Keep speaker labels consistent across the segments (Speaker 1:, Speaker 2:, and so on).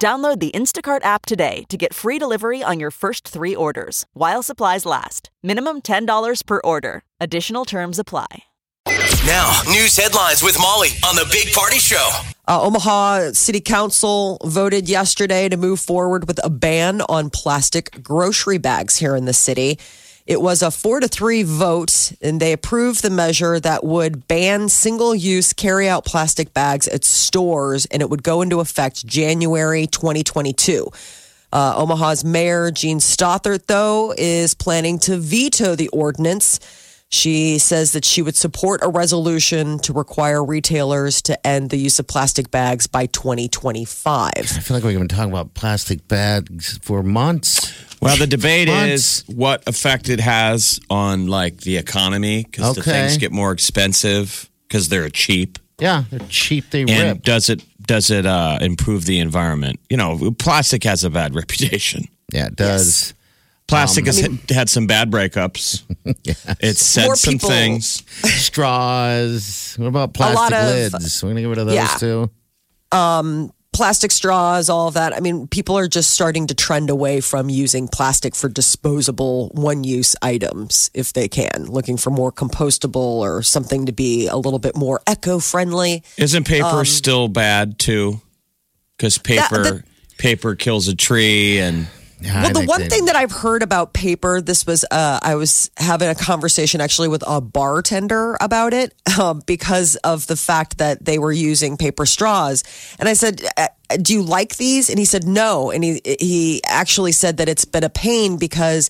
Speaker 1: Download the Instacart app today to get free delivery on your first three orders while supplies last. Minimum $10 per order. Additional terms apply.
Speaker 2: Now, news headlines with Molly on the Big Party Show.
Speaker 3: Uh, Omaha City Council voted yesterday to move forward with a ban on plastic grocery bags here in the city. It was a four to three vote, and they approved the measure that would ban single use carry out plastic bags at stores, and it would go into effect January 2022. Uh, Omaha's Mayor Jean Stothert, though, is planning to veto the ordinance. She says that she would support a resolution to require retailers to end the use of plastic bags by 2025.
Speaker 4: I feel like we've been talking about plastic bags for months.
Speaker 5: Well, the debate
Speaker 4: Months.
Speaker 5: is what effect it has on like the economy because the
Speaker 4: Okay.
Speaker 5: things get more expensive because they're cheap,
Speaker 4: Yeah, they're cheap. They
Speaker 5: and
Speaker 4: rip.
Speaker 5: does it does it uh, improve the environment? You know, plastic has a bad reputation.
Speaker 4: Yeah, it does. Um,
Speaker 5: Plastic has had some bad breakups. It's said
Speaker 3: More
Speaker 5: some
Speaker 3: people-
Speaker 5: things.
Speaker 4: Straws. What about
Speaker 3: A lot
Speaker 4: plastic
Speaker 3: of-
Speaker 4: lids? We're gonna get rid of those
Speaker 3: Yeah.
Speaker 4: too.
Speaker 3: plastic straws, all of that. I mean, people are just starting to trend away from using plastic for disposable one use items if they can, looking for more compostable or something to be a little bit more eco friendly.
Speaker 5: Isn't paper still bad too? Because paper
Speaker 3: um, the-
Speaker 5: paper kills a tree, and
Speaker 4: Yeah, I
Speaker 3: Well, the
Speaker 4: think
Speaker 3: one
Speaker 4: they-
Speaker 3: thing that I've heard about paper, this was, uh, I was having a conversation actually with a bartender about it um, because of the fact that they were using paper straws. And I said, "Uh, Do you like these? And he said, No. And he, he actually said that it's been a pain because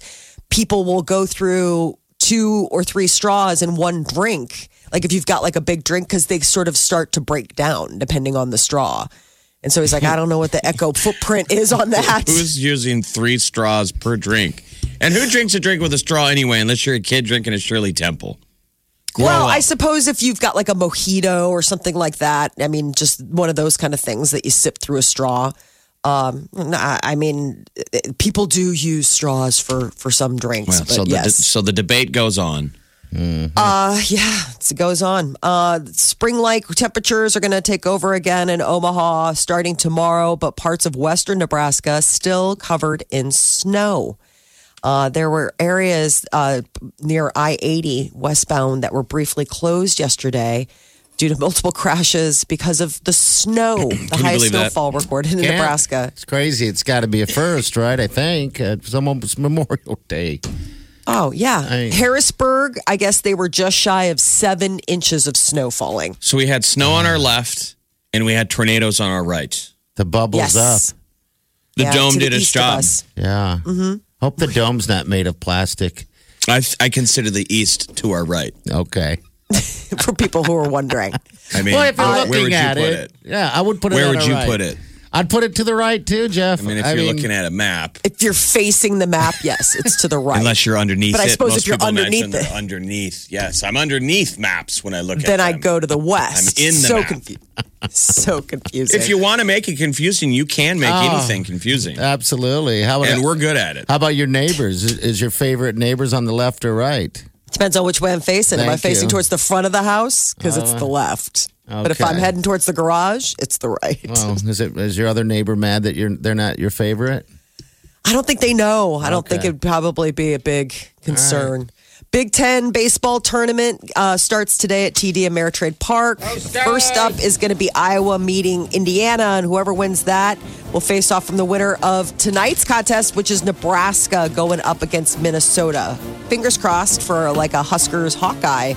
Speaker 3: people will go through two or three straws in one drink. Like if you've got like a big drink, because they sort of start to break down depending on the straw. And so he's like, I don't know what the echo footprint is on that.
Speaker 5: who's using three straws per drink? And who drinks a drink with a straw anyway? Unless you're a kid drinking a Shirley Temple.
Speaker 3: Well,
Speaker 5: up.
Speaker 3: I suppose if you've got like a mojito or something like that, I mean, just one of those kind of things that you sip through a straw. Um, I, I mean, it- people do use straws for for some drinks,
Speaker 5: Well,
Speaker 3: but
Speaker 5: so the
Speaker 3: yes,
Speaker 5: so the debate goes on.
Speaker 3: uh, yeah, it's- it goes on. Uh, spring-like temperatures are going to take over again in Omaha starting tomorrow, but parts of western Nebraska still covered in snow. Uh, there were areas uh, near I 80 westbound that were briefly closed yesterday due to multiple crashes because of the snow, the
Speaker 5: you
Speaker 3: highest
Speaker 5: believe that?
Speaker 3: snowfall recorded in
Speaker 4: Yeah.
Speaker 3: Nebraska.
Speaker 4: It's crazy. It's got to be a first, right? I think at someone's Memorial Day.
Speaker 3: Oh, yeah.
Speaker 4: I-
Speaker 3: Harrisburg, I guess they were just shy of seven inches of snow falling.
Speaker 5: So we had snow on our left, and we had tornadoes on our right.
Speaker 4: The bubbles
Speaker 3: Yes.
Speaker 4: up.
Speaker 5: The
Speaker 3: Yeah,
Speaker 5: dome
Speaker 3: to the
Speaker 5: did its
Speaker 3: east of
Speaker 5: job.
Speaker 3: us.
Speaker 4: Yeah. Mm-hmm. Hope the dome's not made of plastic.
Speaker 5: I I consider the east to our right.
Speaker 4: Okay.
Speaker 3: for people who are wondering.
Speaker 5: I mean,
Speaker 4: well, if you're
Speaker 5: where,
Speaker 4: looking
Speaker 5: where would
Speaker 4: at
Speaker 5: you put
Speaker 4: it, yeah, I would put it.
Speaker 5: Where
Speaker 4: on
Speaker 5: would
Speaker 4: our
Speaker 5: you
Speaker 4: right.
Speaker 5: put it?
Speaker 4: I'd put it to the right too, Jeff.
Speaker 5: I mean, if you're looking at a map,
Speaker 3: If you're facing the map, yes, it's to the right.
Speaker 5: unless you're underneath
Speaker 3: But I
Speaker 5: it,
Speaker 3: suppose
Speaker 5: most
Speaker 3: if you're
Speaker 5: people
Speaker 3: underneath
Speaker 5: mention
Speaker 3: it-
Speaker 5: the underneath. Yes, I'm underneath maps when I look at
Speaker 3: then I
Speaker 5: them.
Speaker 3: go to the west.
Speaker 5: I'm in the
Speaker 3: so
Speaker 5: map.
Speaker 3: confused. So confusing.
Speaker 5: If you want to make it confusing, you can make
Speaker 3: Oh.
Speaker 5: anything confusing,
Speaker 3: Uh,
Speaker 4: absolutely. How about
Speaker 5: and we're good at it.
Speaker 4: How about your neighbors? Is- Is your favorite neighbors on the left or right?
Speaker 3: Depends on which way I'm facing. Am I
Speaker 4: Thank
Speaker 3: facing
Speaker 4: you. Oh.
Speaker 3: towards the front of the house? Because it's the left. But if I'm
Speaker 4: okay.
Speaker 3: heading towards the garage, it's the right.
Speaker 4: Oh, is it is your other neighbor mad that you're they're not your favorite?
Speaker 3: I don't think they know. I don't think
Speaker 4: Okay.
Speaker 3: it'd probably be a big concern. Big Ten baseball tournament uh, starts today at TD Ameritrade Park. First up is going to be Iowa meeting Indiana, and whoever wins that will face off from the winner of tonight's contest, which is Nebraska going up against Minnesota. Fingers crossed for like a Huskers Hawkeye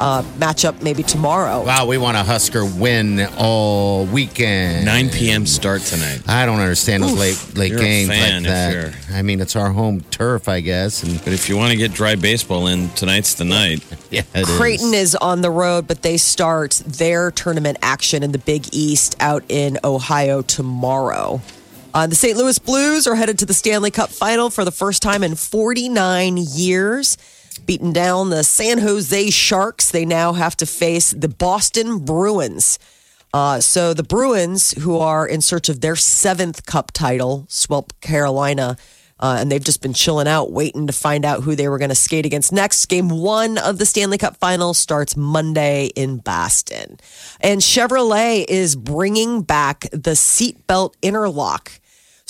Speaker 3: uh, matchup maybe tomorrow.
Speaker 4: Wow, we want a Husker win all weekend.
Speaker 5: 9 p.m. start tonight.
Speaker 4: I don't understand those late late
Speaker 5: You're a
Speaker 4: games
Speaker 5: fan
Speaker 4: like
Speaker 5: if
Speaker 4: that.
Speaker 5: you're-
Speaker 4: I mean, it's our home turf, I guess. And
Speaker 5: But if you want to get dry baseball in, tonight's the night.
Speaker 4: yeah, it is.
Speaker 3: Creighton is on the road, but they start their tournament action in the Big East out in Ohio tomorrow. Uh, the St. Louis Blues are headed to the Stanley Cup final for the first time in 49 years. Beaten down the San Jose Sharks, they now have to face the Boston Bruins. Uh, so the Bruins, who are in search of their seventh cup title, swept Carolina, uh, and they've just been chilling out, waiting to find out who they were going to skate against next. Game one of the Stanley Cup final starts Monday in Boston. And Chevrolet is bringing back the seatbelt interlock.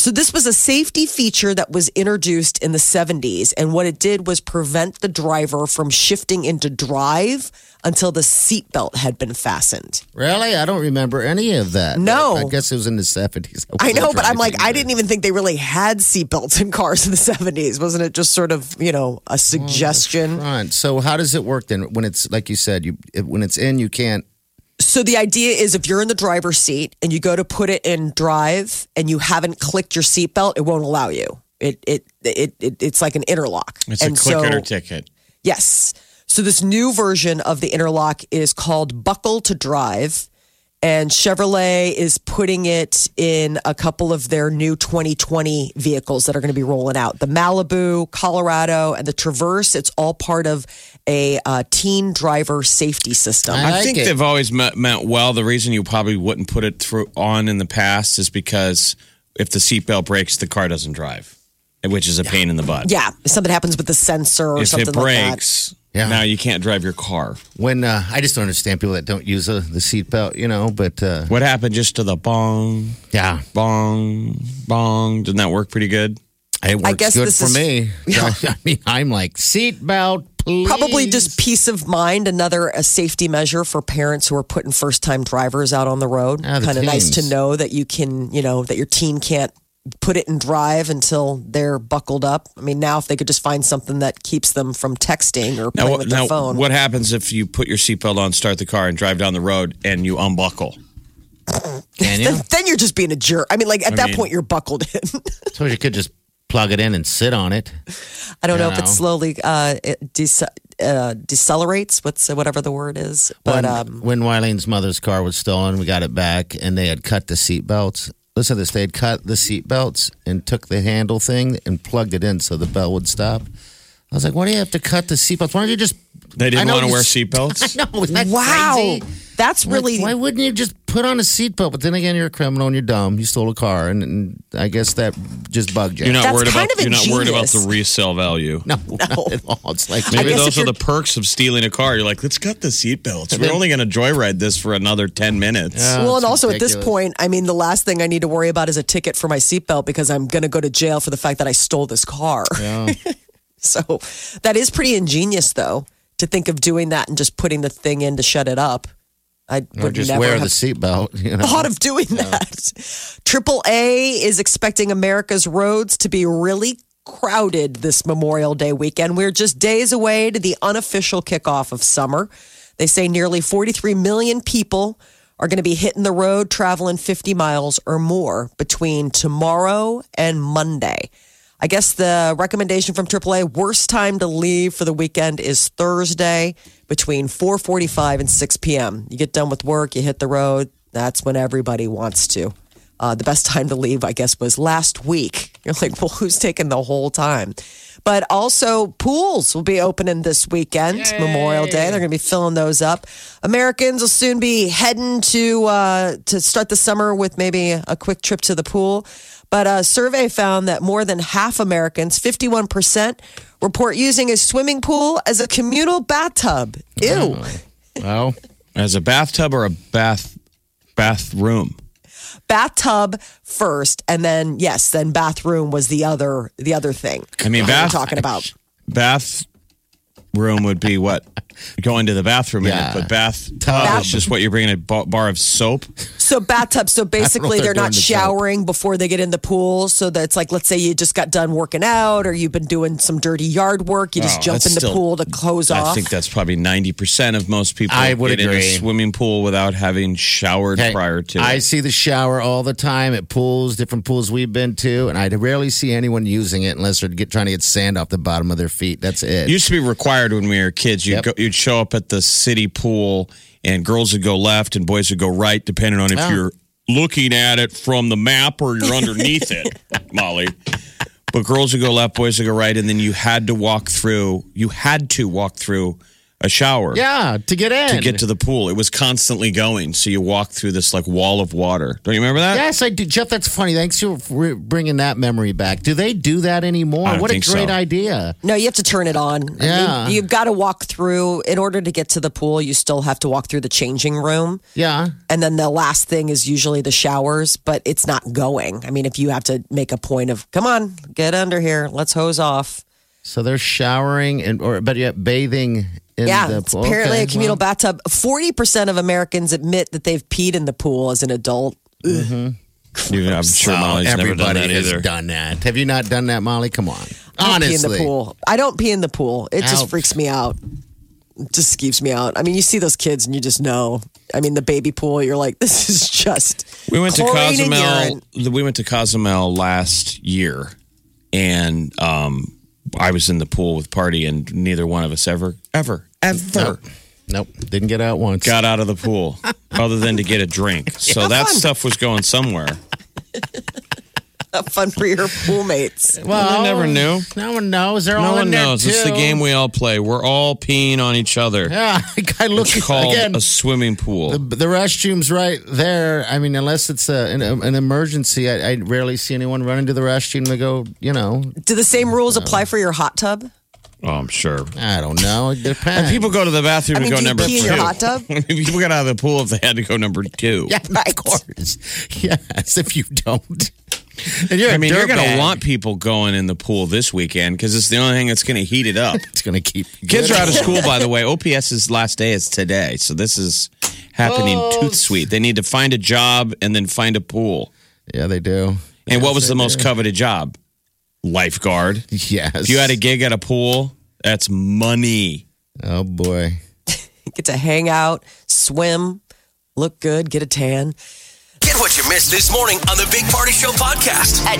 Speaker 3: So, this was a safety feature that was introduced in the 70s. And what it did was prevent the driver from shifting into drive until the seatbelt had been fastened.
Speaker 4: Really? I don't remember any of that.
Speaker 3: No.
Speaker 4: I, I guess it was in the 70s.
Speaker 3: I know,
Speaker 4: wasn't
Speaker 3: but I'm like,
Speaker 4: driving
Speaker 3: I
Speaker 4: then.
Speaker 3: didn't even think they really had seatbelts in cars in the 70s. Wasn't it just sort of, you
Speaker 5: Oh,
Speaker 3: know, a suggestion?
Speaker 4: Right. So how does it work then? When it's like you said, you it- when it's in, you can't.
Speaker 3: So the idea is if you're in the driver's seat and you go to put it in drive and you haven't clicked your seatbelt, it won't allow you. It, it, it, it, it's like an interlock.
Speaker 5: It's a
Speaker 3: And
Speaker 5: clicker
Speaker 3: so-
Speaker 5: ticket.
Speaker 3: Yes. So this new version of the interlock is called Buckle to Drive. And Chevrolet is putting it in a couple of their new 2020 vehicles that are going to be rolling out the Malibu, Colorado, and the Traverse. It's all part of a uh, teen driver safety system.
Speaker 4: I
Speaker 5: I,
Speaker 4: like
Speaker 5: think
Speaker 4: it.
Speaker 5: they've always me- meant well. The reason you probably wouldn't put it through on in the past is because if the seatbelt breaks, the car doesn't drive, which is a pain in the butt.
Speaker 3: yeah, if something happens with the sensor or
Speaker 5: if
Speaker 3: something
Speaker 5: it
Speaker 3: like that.
Speaker 5: breaks,
Speaker 4: Yeah.
Speaker 5: now you can't drive your car.
Speaker 4: When uh, I just don't understand people that don't use uh the seatbelt, you know. But uh,
Speaker 5: What happened just to the bong,
Speaker 4: yeah,
Speaker 5: bong, bong? Didn't that work pretty good?
Speaker 4: it works
Speaker 3: guess
Speaker 4: good
Speaker 3: this
Speaker 4: for
Speaker 3: is-
Speaker 4: me. I mean, I'm like seatbelt, please.
Speaker 3: Probably just peace of mind, another a safety measure for parents who are putting first time drivers out on the road.
Speaker 4: Ah, the
Speaker 3: kind of nice to
Speaker 4: teens.
Speaker 3: know that you can, you know, that your teen can't put it in drive until they're buckled up. I mean, now if they could just find something that keeps them from texting or playing
Speaker 5: Now,
Speaker 3: with
Speaker 5: now
Speaker 3: their phone.
Speaker 5: what happens if you put your seatbelt on, start the car, and drive down the road, and you unbuckle?
Speaker 4: Can you?
Speaker 3: then, then you're just being a jerk. I mean, like at
Speaker 5: I
Speaker 3: that
Speaker 5: mean-
Speaker 3: point, you're buckled in.
Speaker 4: so you could just plug it in and sit on it.
Speaker 3: I don't know if it
Speaker 4: know.
Speaker 3: slowly uh, it dece- uh, decelerates. What's whatever the word is, but
Speaker 4: when,
Speaker 3: um,
Speaker 4: when Wylene's mother's car was stolen, we got it back, and they had cut the seatbelts. Listen to this: they had cut the seatbelts and took the handle thing and plugged it in so the bell would stop. I was like, "Why do you have to cut the seatbelts? Why don't you just?"
Speaker 5: They
Speaker 4: I
Speaker 5: didn't
Speaker 4: know
Speaker 5: want to
Speaker 4: you
Speaker 5: wear
Speaker 4: s-
Speaker 5: seatbelts.
Speaker 4: No, isn't that
Speaker 3: wow,
Speaker 4: crazy?
Speaker 3: that's
Speaker 4: Like,
Speaker 3: really
Speaker 4: why wouldn't you just put on a seatbelt? But then again, you're a criminal and you're dumb. You stole a car, and, and I guess that just bugged you.
Speaker 5: You're not
Speaker 3: That's
Speaker 5: worried
Speaker 3: kind
Speaker 5: about
Speaker 3: of
Speaker 5: you're not worried about
Speaker 3: ingenious.
Speaker 5: the resale value.
Speaker 4: no, not at all. It's like
Speaker 5: Maybe
Speaker 3: guess
Speaker 5: those
Speaker 3: if
Speaker 5: are
Speaker 3: you're-
Speaker 5: the perks of stealing a car. You're like, let's cut the seatbelts. We're only going to joyride this for another 10 minutes.
Speaker 3: well, and
Speaker 4: it's
Speaker 3: also at this
Speaker 4: ridiculous.
Speaker 3: point, I mean, the last thing I need to worry about is a ticket for my seatbelt because I'm going to go to jail for the fact that I stole this car. so that is pretty ingenious, though, to think of doing that and just putting the thing in to shut it up. I
Speaker 4: Or
Speaker 3: would
Speaker 4: just
Speaker 3: never
Speaker 4: wear
Speaker 3: have
Speaker 4: the seatbelt. You know?
Speaker 3: thought of doing that. Triple A is expecting America's roads to be really crowded this Memorial Day weekend. We're just days away to the unofficial kickoff of summer. They say nearly 43 million people are going to be hitting the road traveling 50 miles or more between tomorrow and Monday. I guess the recommendation from AAA worst time to leave for the weekend is Thursday between 4:45 and 6 p.m. You get done with work, you hit the road. That's when everybody wants to. Uh, the best time to leave, I guess, was last week. You're like, well, who's taking the whole time? But also, pools will be opening this weekend, Memorial Day. They're going to be filling those up. Americans will soon be heading to uh, to start the summer with maybe a quick trip to the pool. But a survey found that more than half Americans, 51%, report using a swimming pool as a communal bathtub. Ew.
Speaker 5: Oh
Speaker 4: well,
Speaker 5: As a bathtub or a bath bathroom.
Speaker 3: Bathtub first and then yes, then bathroom was the other the other thing.
Speaker 5: I mean,
Speaker 3: that
Speaker 5: bath
Speaker 3: we're talking about.
Speaker 5: bathroom would be what going to the bathroom. in it,
Speaker 4: Yeah.
Speaker 5: but bathtub
Speaker 4: Bath-
Speaker 5: is just what you're bringing a ba- bar of soap.
Speaker 3: So bathtub. So basically, they're,
Speaker 4: they're
Speaker 3: not
Speaker 4: doing the soap.
Speaker 3: showering before they get in the pool. So that's like, let's say you just got done working out, or you've been doing some dirty yard work. You just
Speaker 5: Oh,
Speaker 3: jump
Speaker 5: that's
Speaker 3: in the
Speaker 5: still-
Speaker 3: pool to close
Speaker 5: I
Speaker 3: off.
Speaker 5: think that's probably ninety percent of most people.
Speaker 4: I would
Speaker 5: get in
Speaker 4: agree.
Speaker 5: a swimming pool without having showered
Speaker 4: hey,
Speaker 5: prior to.
Speaker 4: I
Speaker 5: it.
Speaker 4: see the shower all the time at pools, different pools we've been to, and I rarely see anyone using it unless they're get, trying to get sand off the bottom of their feet. That's it.
Speaker 5: It used to be required when we were kids. You'd,
Speaker 4: Yep.
Speaker 5: go, you'd show up at the city pool, and girls would go left and boys would go right, depending on if
Speaker 4: Oh.
Speaker 5: you're looking at it from the map or you're underneath it, Molly. But girls would go left, boys would go right, and then you had to walk through. You had to walk through a shower
Speaker 4: Yeah, to get in.
Speaker 5: to get to the pool. It was constantly going, so you walked through this like wall of water. Don't you remember that?
Speaker 4: Yes, I do, Jeff. That's funny. Thanks for re- bringing that memory back. Do they do that anymore?
Speaker 5: I don't
Speaker 4: what a
Speaker 5: think so.
Speaker 4: great idea!
Speaker 3: No, you have to turn it on. I
Speaker 4: Yeah.
Speaker 3: mean, you've got to walk through. In order to get to the pool, you still have to walk through the changing room.
Speaker 4: Yeah,
Speaker 3: And then the last thing is usually the showers, but it's not going. I mean, if you have to make a point of, come on, get under here, let's hose off.
Speaker 4: so they're showering and or but yet bathing in
Speaker 3: yeah,
Speaker 4: the
Speaker 3: it's
Speaker 4: pool.
Speaker 3: apparently
Speaker 4: Okay,
Speaker 3: a communal
Speaker 4: well,
Speaker 3: bathtub. 40% of Americans admit that they've peed in the pool as an adult.
Speaker 5: Dude, I'm sure Molly's never done
Speaker 4: everybody
Speaker 5: that
Speaker 4: has
Speaker 5: either.
Speaker 4: done that. Have you not done that, Molly? Come on,
Speaker 3: I don't
Speaker 4: honestly.
Speaker 3: pee in the pool. I don't pee in the pool. It just
Speaker 4: Ouch.
Speaker 3: freaks me out. It just skeeves me out. I mean, you see those kids and you just know. I mean, the baby pool, you're like, this is just.
Speaker 5: We went to
Speaker 3: chlorine and
Speaker 5: Cozumel.
Speaker 3: urine.
Speaker 5: We went to Cozumel last year, and um, I was in the pool with party, and neither one of us ever, ever, ever
Speaker 4: Nope, didn't get out once.
Speaker 5: got out of the pool, other than to get a drink. So that stuff was going somewhere.
Speaker 3: Have fun for your pool mates.
Speaker 5: Well, I never knew.
Speaker 4: No one knows. They're
Speaker 5: No
Speaker 4: all
Speaker 5: one
Speaker 4: in there,
Speaker 5: knows. It's the
Speaker 4: too.
Speaker 5: game we all play. We're all peeing on each other.
Speaker 4: Yeah, I look
Speaker 5: It's called
Speaker 4: again.
Speaker 5: a swimming pool.
Speaker 4: the, the restroom's right there. I mean, unless it's a, an, an emergency, I, I rarely see anyone run into the restroom to go. You know,
Speaker 3: Do the same rules apply for your hot tub?
Speaker 5: oh, I'm sure.
Speaker 4: I don't know. It depends.
Speaker 5: People go to the bathroom
Speaker 3: I mean,
Speaker 5: and go
Speaker 3: do you
Speaker 5: number
Speaker 3: pee in
Speaker 5: two.
Speaker 3: your hot tub?
Speaker 5: People got out of the pool if they had to go number two.
Speaker 4: Yeah, of course. Yes, if you don't. And you're
Speaker 5: I mean, you're going to
Speaker 4: want
Speaker 5: want people going in the pool this weekend because it's the only thing that's going to heat it up.
Speaker 4: it's going to keep
Speaker 5: Kids are out of school, by the way. OPS's last day is today. So this is happening tooth sweet. They need to find a job and then find a pool.
Speaker 4: Yeah, they do.
Speaker 5: And what was the most coveted job? Lifeguard.
Speaker 4: Yes.
Speaker 5: If you had a gig at a pool, that's money.
Speaker 4: Oh boy.
Speaker 3: Get to hang out, swim, look good, get a tan.
Speaker 2: Get what you missed this morning on the Big Party Show podcast.
Speaker 6: at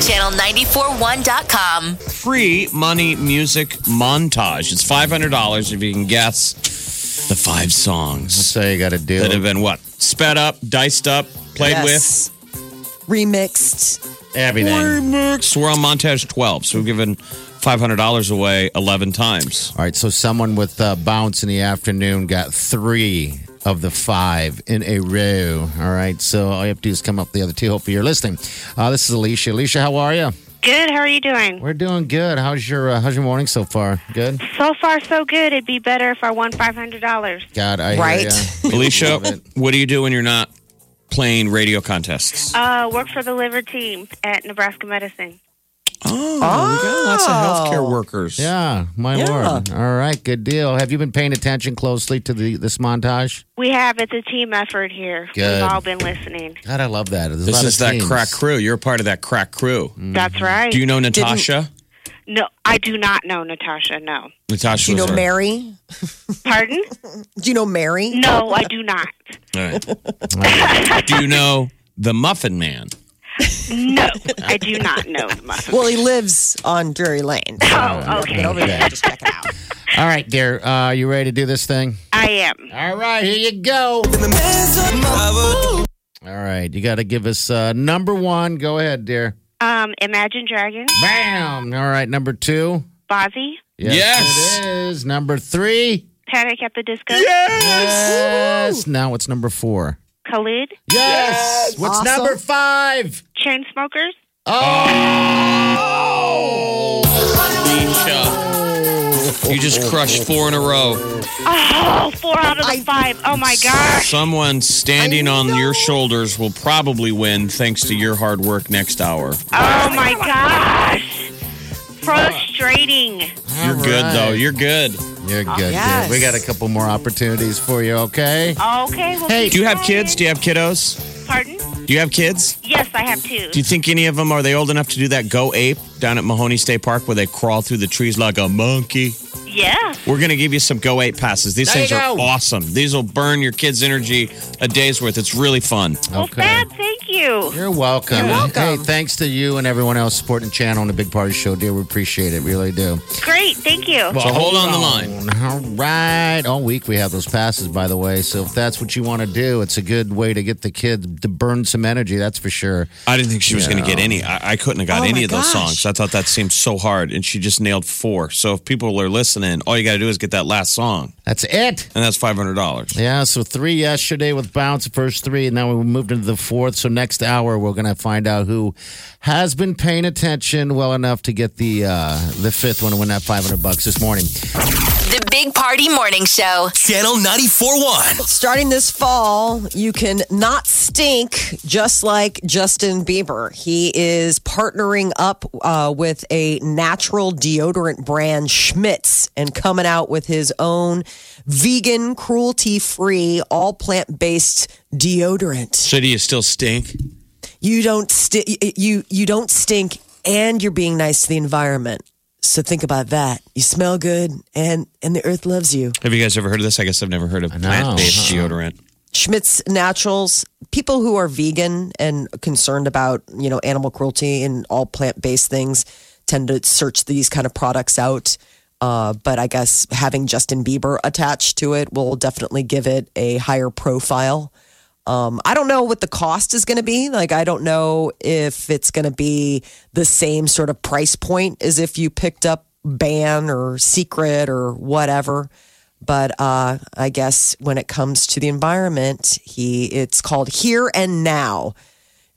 Speaker 6: channel941.com.
Speaker 5: Free money music montage. It's $500 if you can guess the five songs
Speaker 4: So you got to do.
Speaker 5: that have been what? Sped up, diced up, played with.
Speaker 3: Yes. Remixed.
Speaker 4: everything.
Speaker 5: Remix. We're on montage 12, so we've given $500 away 11 times.
Speaker 4: All right, so someone with uh, bounce in the afternoon got three of the five in a row. All right, so all you have to do is come up with the other two. Hopefully, you're listening. Uh, this is Alicia. Alicia, how are you?
Speaker 7: Good. How are you doing?
Speaker 4: We're doing good. How's your uh, How's your morning so far? Good.
Speaker 7: So far, so good. It'd be better if I won five hundred dollars.
Speaker 4: God, I hear
Speaker 3: Right.
Speaker 4: ya.
Speaker 5: Alicia,
Speaker 4: Love it.
Speaker 5: what do you do when you're not playing radio contests?
Speaker 7: Uh, work for the liver team at Nebraska Medicine.
Speaker 5: Oh, we got lots of healthcare workers.
Speaker 4: Yeah, my
Speaker 3: Yeah.
Speaker 4: lord. All right, good deal. Have you been paying attention closely to the this montage?
Speaker 7: We have it's a team effort here.
Speaker 4: Good.
Speaker 7: We've all been listening.
Speaker 5: Mm-hmm.
Speaker 4: God, I love that. There's a
Speaker 5: This
Speaker 4: lot
Speaker 5: is
Speaker 4: of
Speaker 5: that
Speaker 4: teams.
Speaker 5: crack crew. You're a part of that crack crew.
Speaker 7: That's right.
Speaker 5: Do you know Natasha?
Speaker 7: no, I do not know Natasha. No.
Speaker 5: Natasha
Speaker 3: Do you know
Speaker 5: was our-
Speaker 3: Mary?
Speaker 7: Pardon?
Speaker 3: Do you know Mary?
Speaker 7: No, I do not.
Speaker 5: All right. do you know the Muffin Man?
Speaker 7: No, I do not know the muffin.
Speaker 3: Well, he lives on Drury Lane.
Speaker 7: Oh, okay.
Speaker 3: Over there, just check it out.
Speaker 4: All right, dear. Uh, you ready to do this thing?
Speaker 7: I am.
Speaker 4: All right, here you go. All right, you got to give us uh, number one. Go ahead, dear.
Speaker 7: Um, Imagine Dragons,
Speaker 4: Bam. All right, number two.
Speaker 7: Bozzy,
Speaker 5: Yes.
Speaker 4: it is. Number three.
Speaker 7: Panic at the Disco,
Speaker 4: Yes. Now what's number four?
Speaker 7: Khalid,
Speaker 4: Yes. What's
Speaker 3: Awesome.
Speaker 4: number five?
Speaker 7: Chainsmokers.
Speaker 5: Oh.
Speaker 4: Oh.
Speaker 5: You just crushed four in a row.
Speaker 7: Oh, four out of the five. Oh my gosh.
Speaker 5: Someone standing on your shoulders will probably win thanks to your hard work next hour.
Speaker 7: Oh my gosh. Frustrating.
Speaker 5: You're
Speaker 4: All
Speaker 5: good, though.
Speaker 4: right.
Speaker 5: You're good.
Speaker 4: You're good,
Speaker 3: yes.
Speaker 4: dear. We got a couple more opportunities for you. Okay.
Speaker 7: Okay. Well,
Speaker 4: Hey,
Speaker 7: keep
Speaker 5: Do you have
Speaker 7: going.
Speaker 5: kids? Do you have kiddos?
Speaker 7: Pardon?
Speaker 5: Do you have kids?
Speaker 7: Yes, I have two.
Speaker 5: Do you think any of them are they old enough to do that go ape down at Mahoney State Park where they crawl through the trees like a monkey?
Speaker 7: Yes.
Speaker 5: We're going to give you some go ape passes. These
Speaker 4: There
Speaker 5: things
Speaker 4: you
Speaker 5: are
Speaker 4: go.
Speaker 5: awesome. These will burn your kids' energy a day's worth. It's really fun.
Speaker 7: Well, Fab, thank you. you.
Speaker 4: You're welcome.
Speaker 3: You're welcome.
Speaker 4: Hey, thanks to you and everyone else supporting the channel and the Big Party Show, dear. We appreciate it. Really do.
Speaker 7: Great. Thank you.
Speaker 5: So hold on the line.
Speaker 4: All right. All week we have those passes, by the way. So if that's what you want to do, it's a good way to get the kid to burn some energy, that's for sure.
Speaker 5: I didn't think she was going to get any. I, I couldn't have got
Speaker 3: Oh,
Speaker 5: any
Speaker 3: my
Speaker 5: of those
Speaker 3: gosh.
Speaker 5: songs. I thought that seemed so hard, and she just nailed four. So if people are listening, all you got to do is get that last song,
Speaker 4: That's it.
Speaker 5: and that's five hundred dollars.
Speaker 4: Yeah, so three yesterday with Bounce, first three, and now we moved into the fourth. So next hour we're gonna find out who has been paying attention well enough to get the uh the fifth one and win that five hundred bucks this morning.
Speaker 6: The Big Party Morning Show.
Speaker 2: Channel 94.1.
Speaker 3: Starting this fall, you can not stink just like Justin Bieber. He is partnering up uh, with a natural deodorant brand, Schmitz, and coming out with his own vegan, cruelty free, all plant based deodorant.
Speaker 5: So do you still stink?
Speaker 3: You don't, sti- you, you don't stink and you're being nice to the environment. So think about that. You smell good and, and the earth loves you.
Speaker 5: Have you guys ever heard of this? I guess I've never heard of
Speaker 4: know.
Speaker 5: plant-based deodorant.
Speaker 3: Schmidt's Naturals, people who are vegan and concerned about, you know, animal cruelty and all plant-based things tend to search these kind of products out. Uh, but I guess having Justin Bieber attached to it will definitely give it a higher profile. Um, I don't know what the cost is going to be. Like, I don't know if it's going to be the same sort of price point as if you picked up Ban or Secret or whatever. But uh, I guess when it comes to the environment, he it's called Here and Now,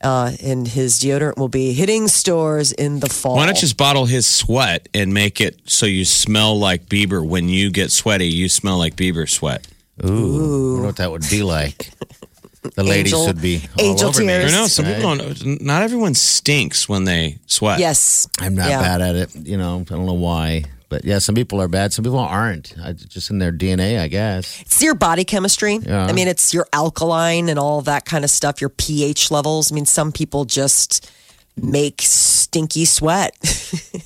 Speaker 3: uh, and his deodorant will be hitting stores in the fall.
Speaker 5: Why not just bottle his sweat and make it so you smell like Bieber when you get sweaty? You smell like Bieber sweat.
Speaker 4: I wonder what that would be like. The ladies
Speaker 3: Angel-
Speaker 4: would be all
Speaker 3: angel
Speaker 4: over me.
Speaker 3: tears.
Speaker 5: I know some people don't. Not everyone stinks when they sweat.
Speaker 3: yes,
Speaker 4: I'm not
Speaker 3: Yeah.
Speaker 4: bad at it. You know, I don't know why. But yeah, some people are bad. Some people aren't. I, just in their DNA, I guess.
Speaker 3: It's your body chemistry. I mean, it's your alkaline and all that kind of stuff, your pH levels. I mean, some people just make stinky sweat.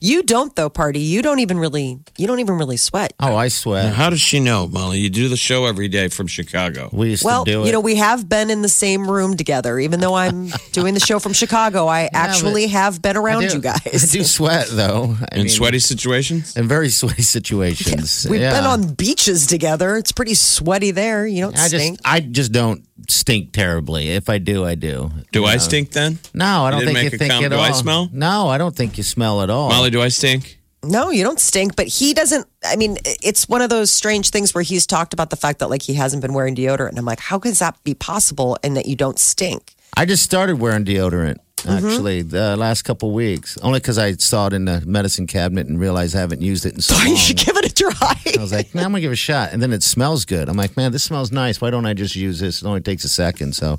Speaker 3: you don't though, party. You don't even really you don't even really sweat.
Speaker 4: Oh, I sweat.
Speaker 5: How does she know, Molly? You do the show every day from Chicago.
Speaker 4: We used
Speaker 3: Well,
Speaker 4: to do it.
Speaker 3: you know, we have been in the same room together. Even though I'm doing the show from Chicago, I actually have been
Speaker 4: I
Speaker 3: around
Speaker 4: do-
Speaker 3: you
Speaker 4: I
Speaker 3: guys.
Speaker 4: do sweat though. I
Speaker 5: in
Speaker 4: mean,
Speaker 5: sweaty situations?
Speaker 4: in very sweaty situations.
Speaker 3: We've
Speaker 4: Yeah.
Speaker 3: been on beaches together. It's pretty sweaty there. You don't
Speaker 4: I
Speaker 3: stink.
Speaker 4: just I just don't stink terribly. If I do, I do.
Speaker 5: Do I stink then?
Speaker 4: No, I don't think
Speaker 5: didn't make
Speaker 4: you
Speaker 5: a
Speaker 4: think
Speaker 5: count.
Speaker 4: at
Speaker 5: Do
Speaker 4: all.
Speaker 5: I smell?
Speaker 4: No, I don't think you smell at all.
Speaker 5: Molly, do I stink?
Speaker 3: No, you don't stink, but he doesn't. I mean, it's one of those strange things where he's talked about the fact that like he hasn't been wearing deodorant. And I'm like, how could that be possible and that you don't stink?
Speaker 4: I just started wearing deodorant
Speaker 5: Mm-hmm.
Speaker 4: actually the last couple weeks, only because I saw it in the medicine cabinet and realized I haven't used it in so long.
Speaker 3: You should give it a
Speaker 4: I
Speaker 3: try.
Speaker 4: was like, now I'm gonna give it a shot, and then it smells good. I'm like, man, this smells nice. Why don't I just use this? It only takes a second. So,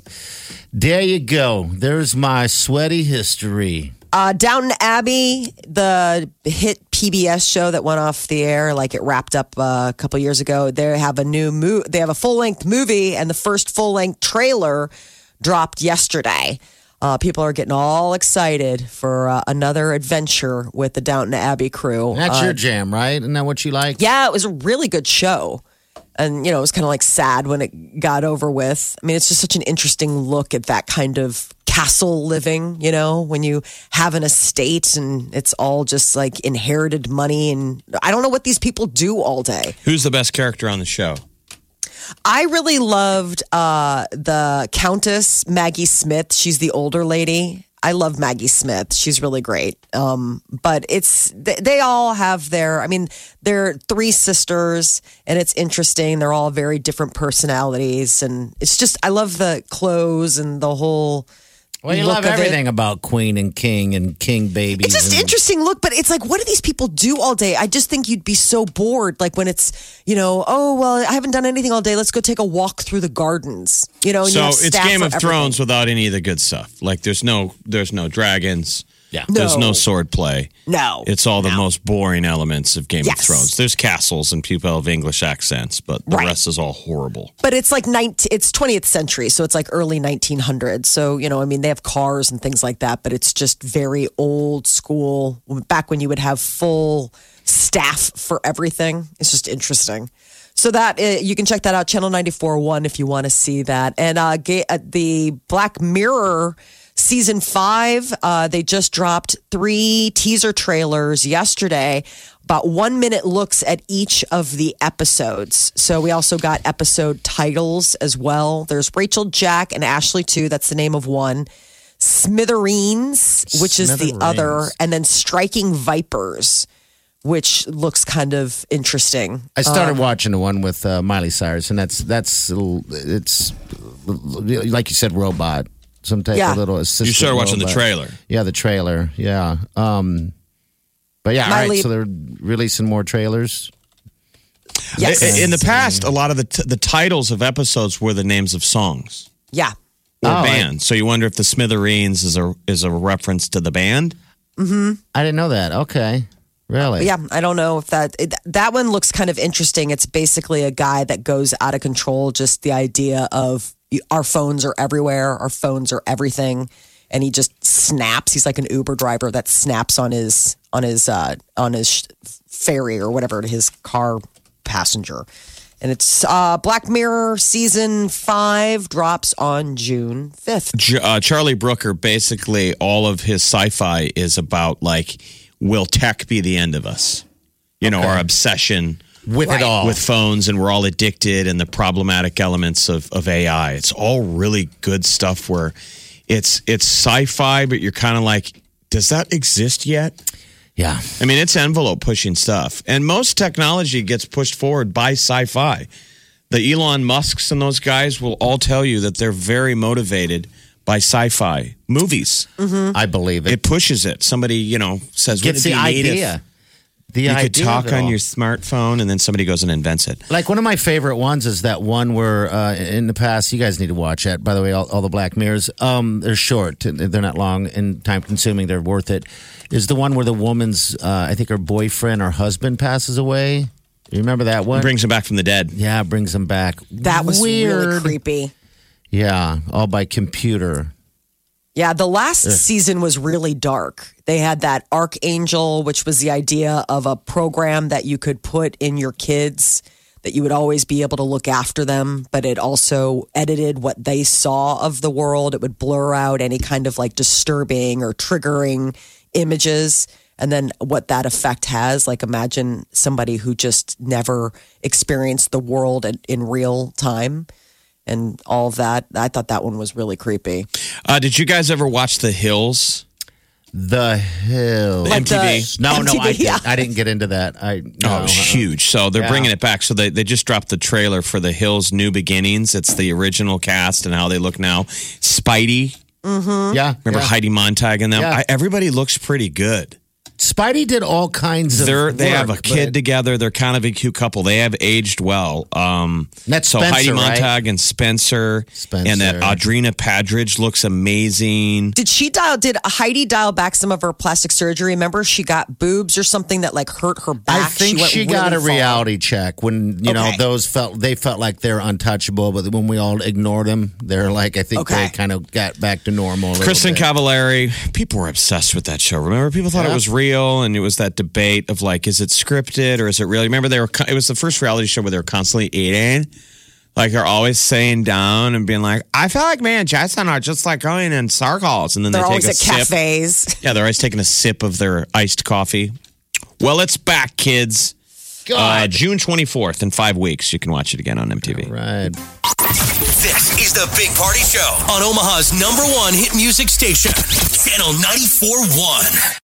Speaker 4: there you go. There's my sweaty history.
Speaker 3: Uh, Downton Abbey, the hit PBS show that went off the air, like it wrapped up uh, a couple years ago. They have a new mo- They have a full length movie, and the first full length trailer dropped yesterday. Uh, people are getting all excited for uh, another adventure with the Downton Abbey crew.
Speaker 4: That's
Speaker 3: Uh,
Speaker 4: your jam, right? Isn't that what you like?
Speaker 3: yeah, it was a really good show. And, you know, it was kind of like sad when it got over with. I mean, it's just such an interesting look at that kind of castle living, you know, when you have an estate and it's all just like inherited money. And I don't know what these people do all day.
Speaker 5: Who's the best character on the show?
Speaker 3: I really loved uh, the Countess Maggie Smith. She's the older lady. I love Maggie Smith. She's really great. Um, but it's they, they all have their. I mean, they're three sisters, and it's interesting. They're all very different personalities, and it's just I love the clothes and the whole.
Speaker 4: Well, you
Speaker 3: look
Speaker 4: love
Speaker 3: of it.
Speaker 4: everything about Queen and King and King babies.
Speaker 3: It's just
Speaker 4: and-
Speaker 3: interesting look, but it's like, what do these people do all day? I just think you'd be so bored. Like when it's, you know, oh well, I haven't done anything all day. Let's go take a walk through the gardens. You know, and you
Speaker 5: so
Speaker 3: have
Speaker 5: it's
Speaker 3: staff
Speaker 5: Game
Speaker 3: for
Speaker 5: of
Speaker 3: everything.
Speaker 5: Thrones without any of the good stuff. Like there's no there's no dragons.
Speaker 4: Yeah.
Speaker 5: There's
Speaker 3: No.
Speaker 5: no sword play.
Speaker 3: No.
Speaker 5: It's all the most boring elements of Game of
Speaker 3: Yes.
Speaker 5: Thrones. There's castles and people have English accents, but the
Speaker 3: Right.
Speaker 5: rest is all horrible.
Speaker 3: but it's like 19, it's 20th century, so it's like early 1900s. So, you know, I mean, they have cars and things like that, but it's just very old school back when you would have full staff for everything. It's just interesting. So that uh, you can check that out, Channel 94.1 if you want to see that. And uh, ga- uh, the Black Mirror season five, uh, they just dropped three teaser trailers yesterday. About one minute looks at each of the episodes. So we also got episode titles as well. There's Rachel, Jack, and Ashley too. That's the name of one. Smithereens, which is the other,
Speaker 4: Smithereens.
Speaker 3: and then Striking Vipers, which looks kind of interesting. Uh,
Speaker 4: I started watching the one with uh, Miley Cyrus, and that's that's a little- it's like you said, robot, some type
Speaker 3: Yeah.
Speaker 4: of little assistant.
Speaker 5: You started watching the
Speaker 4: robot.
Speaker 5: trailer.
Speaker 4: Yeah, the trailer. Yeah. Um, but yeah, all
Speaker 3: Miley-
Speaker 4: right. So they're releasing more trailers.
Speaker 3: Yes.
Speaker 5: I- In the past, a lot of the t- the titles of episodes were the names of songs
Speaker 3: yeah.
Speaker 5: or
Speaker 4: Oh, I-
Speaker 5: bands. So you wonder if the Smithereens is a is a reference to the band.
Speaker 4: I didn't know that. Okay, really?
Speaker 3: Yeah. I don't know if that, it, that one looks kind of interesting. It's basically a guy that goes out of control, just the idea of you- our phones are everywhere, our phones are everything. And he just snaps. He's like an Uber driver that snaps on his, on his, uh, on his sh- ferry or whatever, his car passenger. And it's uh, Black Mirror season five drops on June 5th.
Speaker 5: J- uh, Charlie Brooker basically all of his sci-fi is about like will tech be the end of us? You know, our obsession
Speaker 4: With it all.
Speaker 5: with phones and we're all addicted and the problematic elements of, of AI. It's all really good stuff where it's it's sci-fi but you're kind of like does that exist yet?
Speaker 4: yeah.
Speaker 5: I mean, it's envelope pushing stuff. And most technology gets pushed forward by sci fi. The Elon Musks and those guys will all tell you that they're very motivated by sci fi movies.
Speaker 3: Mm-hmm.
Speaker 4: I believe it.
Speaker 5: It pushes it. Somebody, you know, says,
Speaker 4: Mm-hmm. gets the
Speaker 5: Wouldn't it be neat if
Speaker 4: idea. The
Speaker 5: You
Speaker 4: idea
Speaker 5: could talk
Speaker 4: of it
Speaker 5: on
Speaker 4: all.
Speaker 5: your smartphone, and then somebody goes and invents it.
Speaker 4: Like one of my favorite ones is that one where uh, in the past you guys need to watch it. By the way, all, all the Black Mirrors, um, they're short, they're not long and time consuming. They're worth it. Is the one where the woman's, uh, I think her boyfriend or husband passes away. You remember that one?
Speaker 5: Brings them back from the dead.
Speaker 4: yeah, brings them back.
Speaker 3: That was
Speaker 4: weird.
Speaker 3: really creepy.
Speaker 4: Yeah, all by computer.
Speaker 3: Yeah, the last season was really dark. They had that Archangel, which was the idea of a program that you could put in your kids that you would always be able to look after them, but it also edited what they saw of the world. It would blur out any kind of like disturbing or triggering images. And then what that effect has, like imagine somebody who just never experienced the world in, in real time and all of that. I thought that one was really creepy.
Speaker 5: Uh, did you guys ever watch The Hills?
Speaker 4: The hill.
Speaker 5: Like MTV.
Speaker 3: the-
Speaker 4: no, no, I,
Speaker 3: MTV, yeah.
Speaker 4: didn't, I didn't get into that. I no, uh-uh.
Speaker 5: Oh, huge. So they're
Speaker 4: Yeah.
Speaker 5: bringing it back. So they, they just dropped the trailer for The Hills New Beginnings. It's the original cast and how they look now. Spidey
Speaker 3: Uh-huh.
Speaker 4: yeah.
Speaker 5: Remember
Speaker 4: yeah.
Speaker 5: Heidi Montag and them?
Speaker 4: Yeah.
Speaker 5: I, everybody looks pretty good.
Speaker 4: Spidey did all kinds of.
Speaker 5: They're they have a
Speaker 4: work,
Speaker 5: kid
Speaker 4: but-
Speaker 5: together. They're kind of a cute couple. They have aged well. Um,
Speaker 4: That's
Speaker 5: so
Speaker 4: Spencer,
Speaker 5: Heidi
Speaker 4: right?
Speaker 5: Montag and Spencer,
Speaker 4: Spencer.
Speaker 5: and that Audrina Padridge looks amazing.
Speaker 3: Did she dial? Did Heidi dial back some of her plastic surgery? Remember, she got boobs or something that like hurt her back.
Speaker 4: I think
Speaker 3: went
Speaker 4: she, got a
Speaker 3: really far.
Speaker 4: reality check when you know
Speaker 3: Okay.
Speaker 4: those felt they felt like they're untouchable, but when we all ignored them, they're like I think
Speaker 3: Okay.
Speaker 4: they kind of got back to normal. a little
Speaker 5: Kristen
Speaker 4: bit.
Speaker 5: Cavallari, people were obsessed with that show. Remember, people thought it
Speaker 4: Yeah.
Speaker 5: was real, and it was that debate of like, is it scripted or is it real? Remember, they were. co- It was the first reality show where they were constantly eating, like they're always saying down and being like, "I feel like me and Jason are just like going in circles," and then
Speaker 3: They're
Speaker 5: they take
Speaker 3: always
Speaker 5: a
Speaker 3: at
Speaker 5: sip.
Speaker 3: cafes.
Speaker 5: Yeah, they're always taking a sip of their iced coffee. Well, it's back, kids. Uh, June 24th in five weeks. You can watch it again on MTV.
Speaker 4: right?
Speaker 2: This is the Big Party Show on Omaha's number one hit music station, Channel 94.1.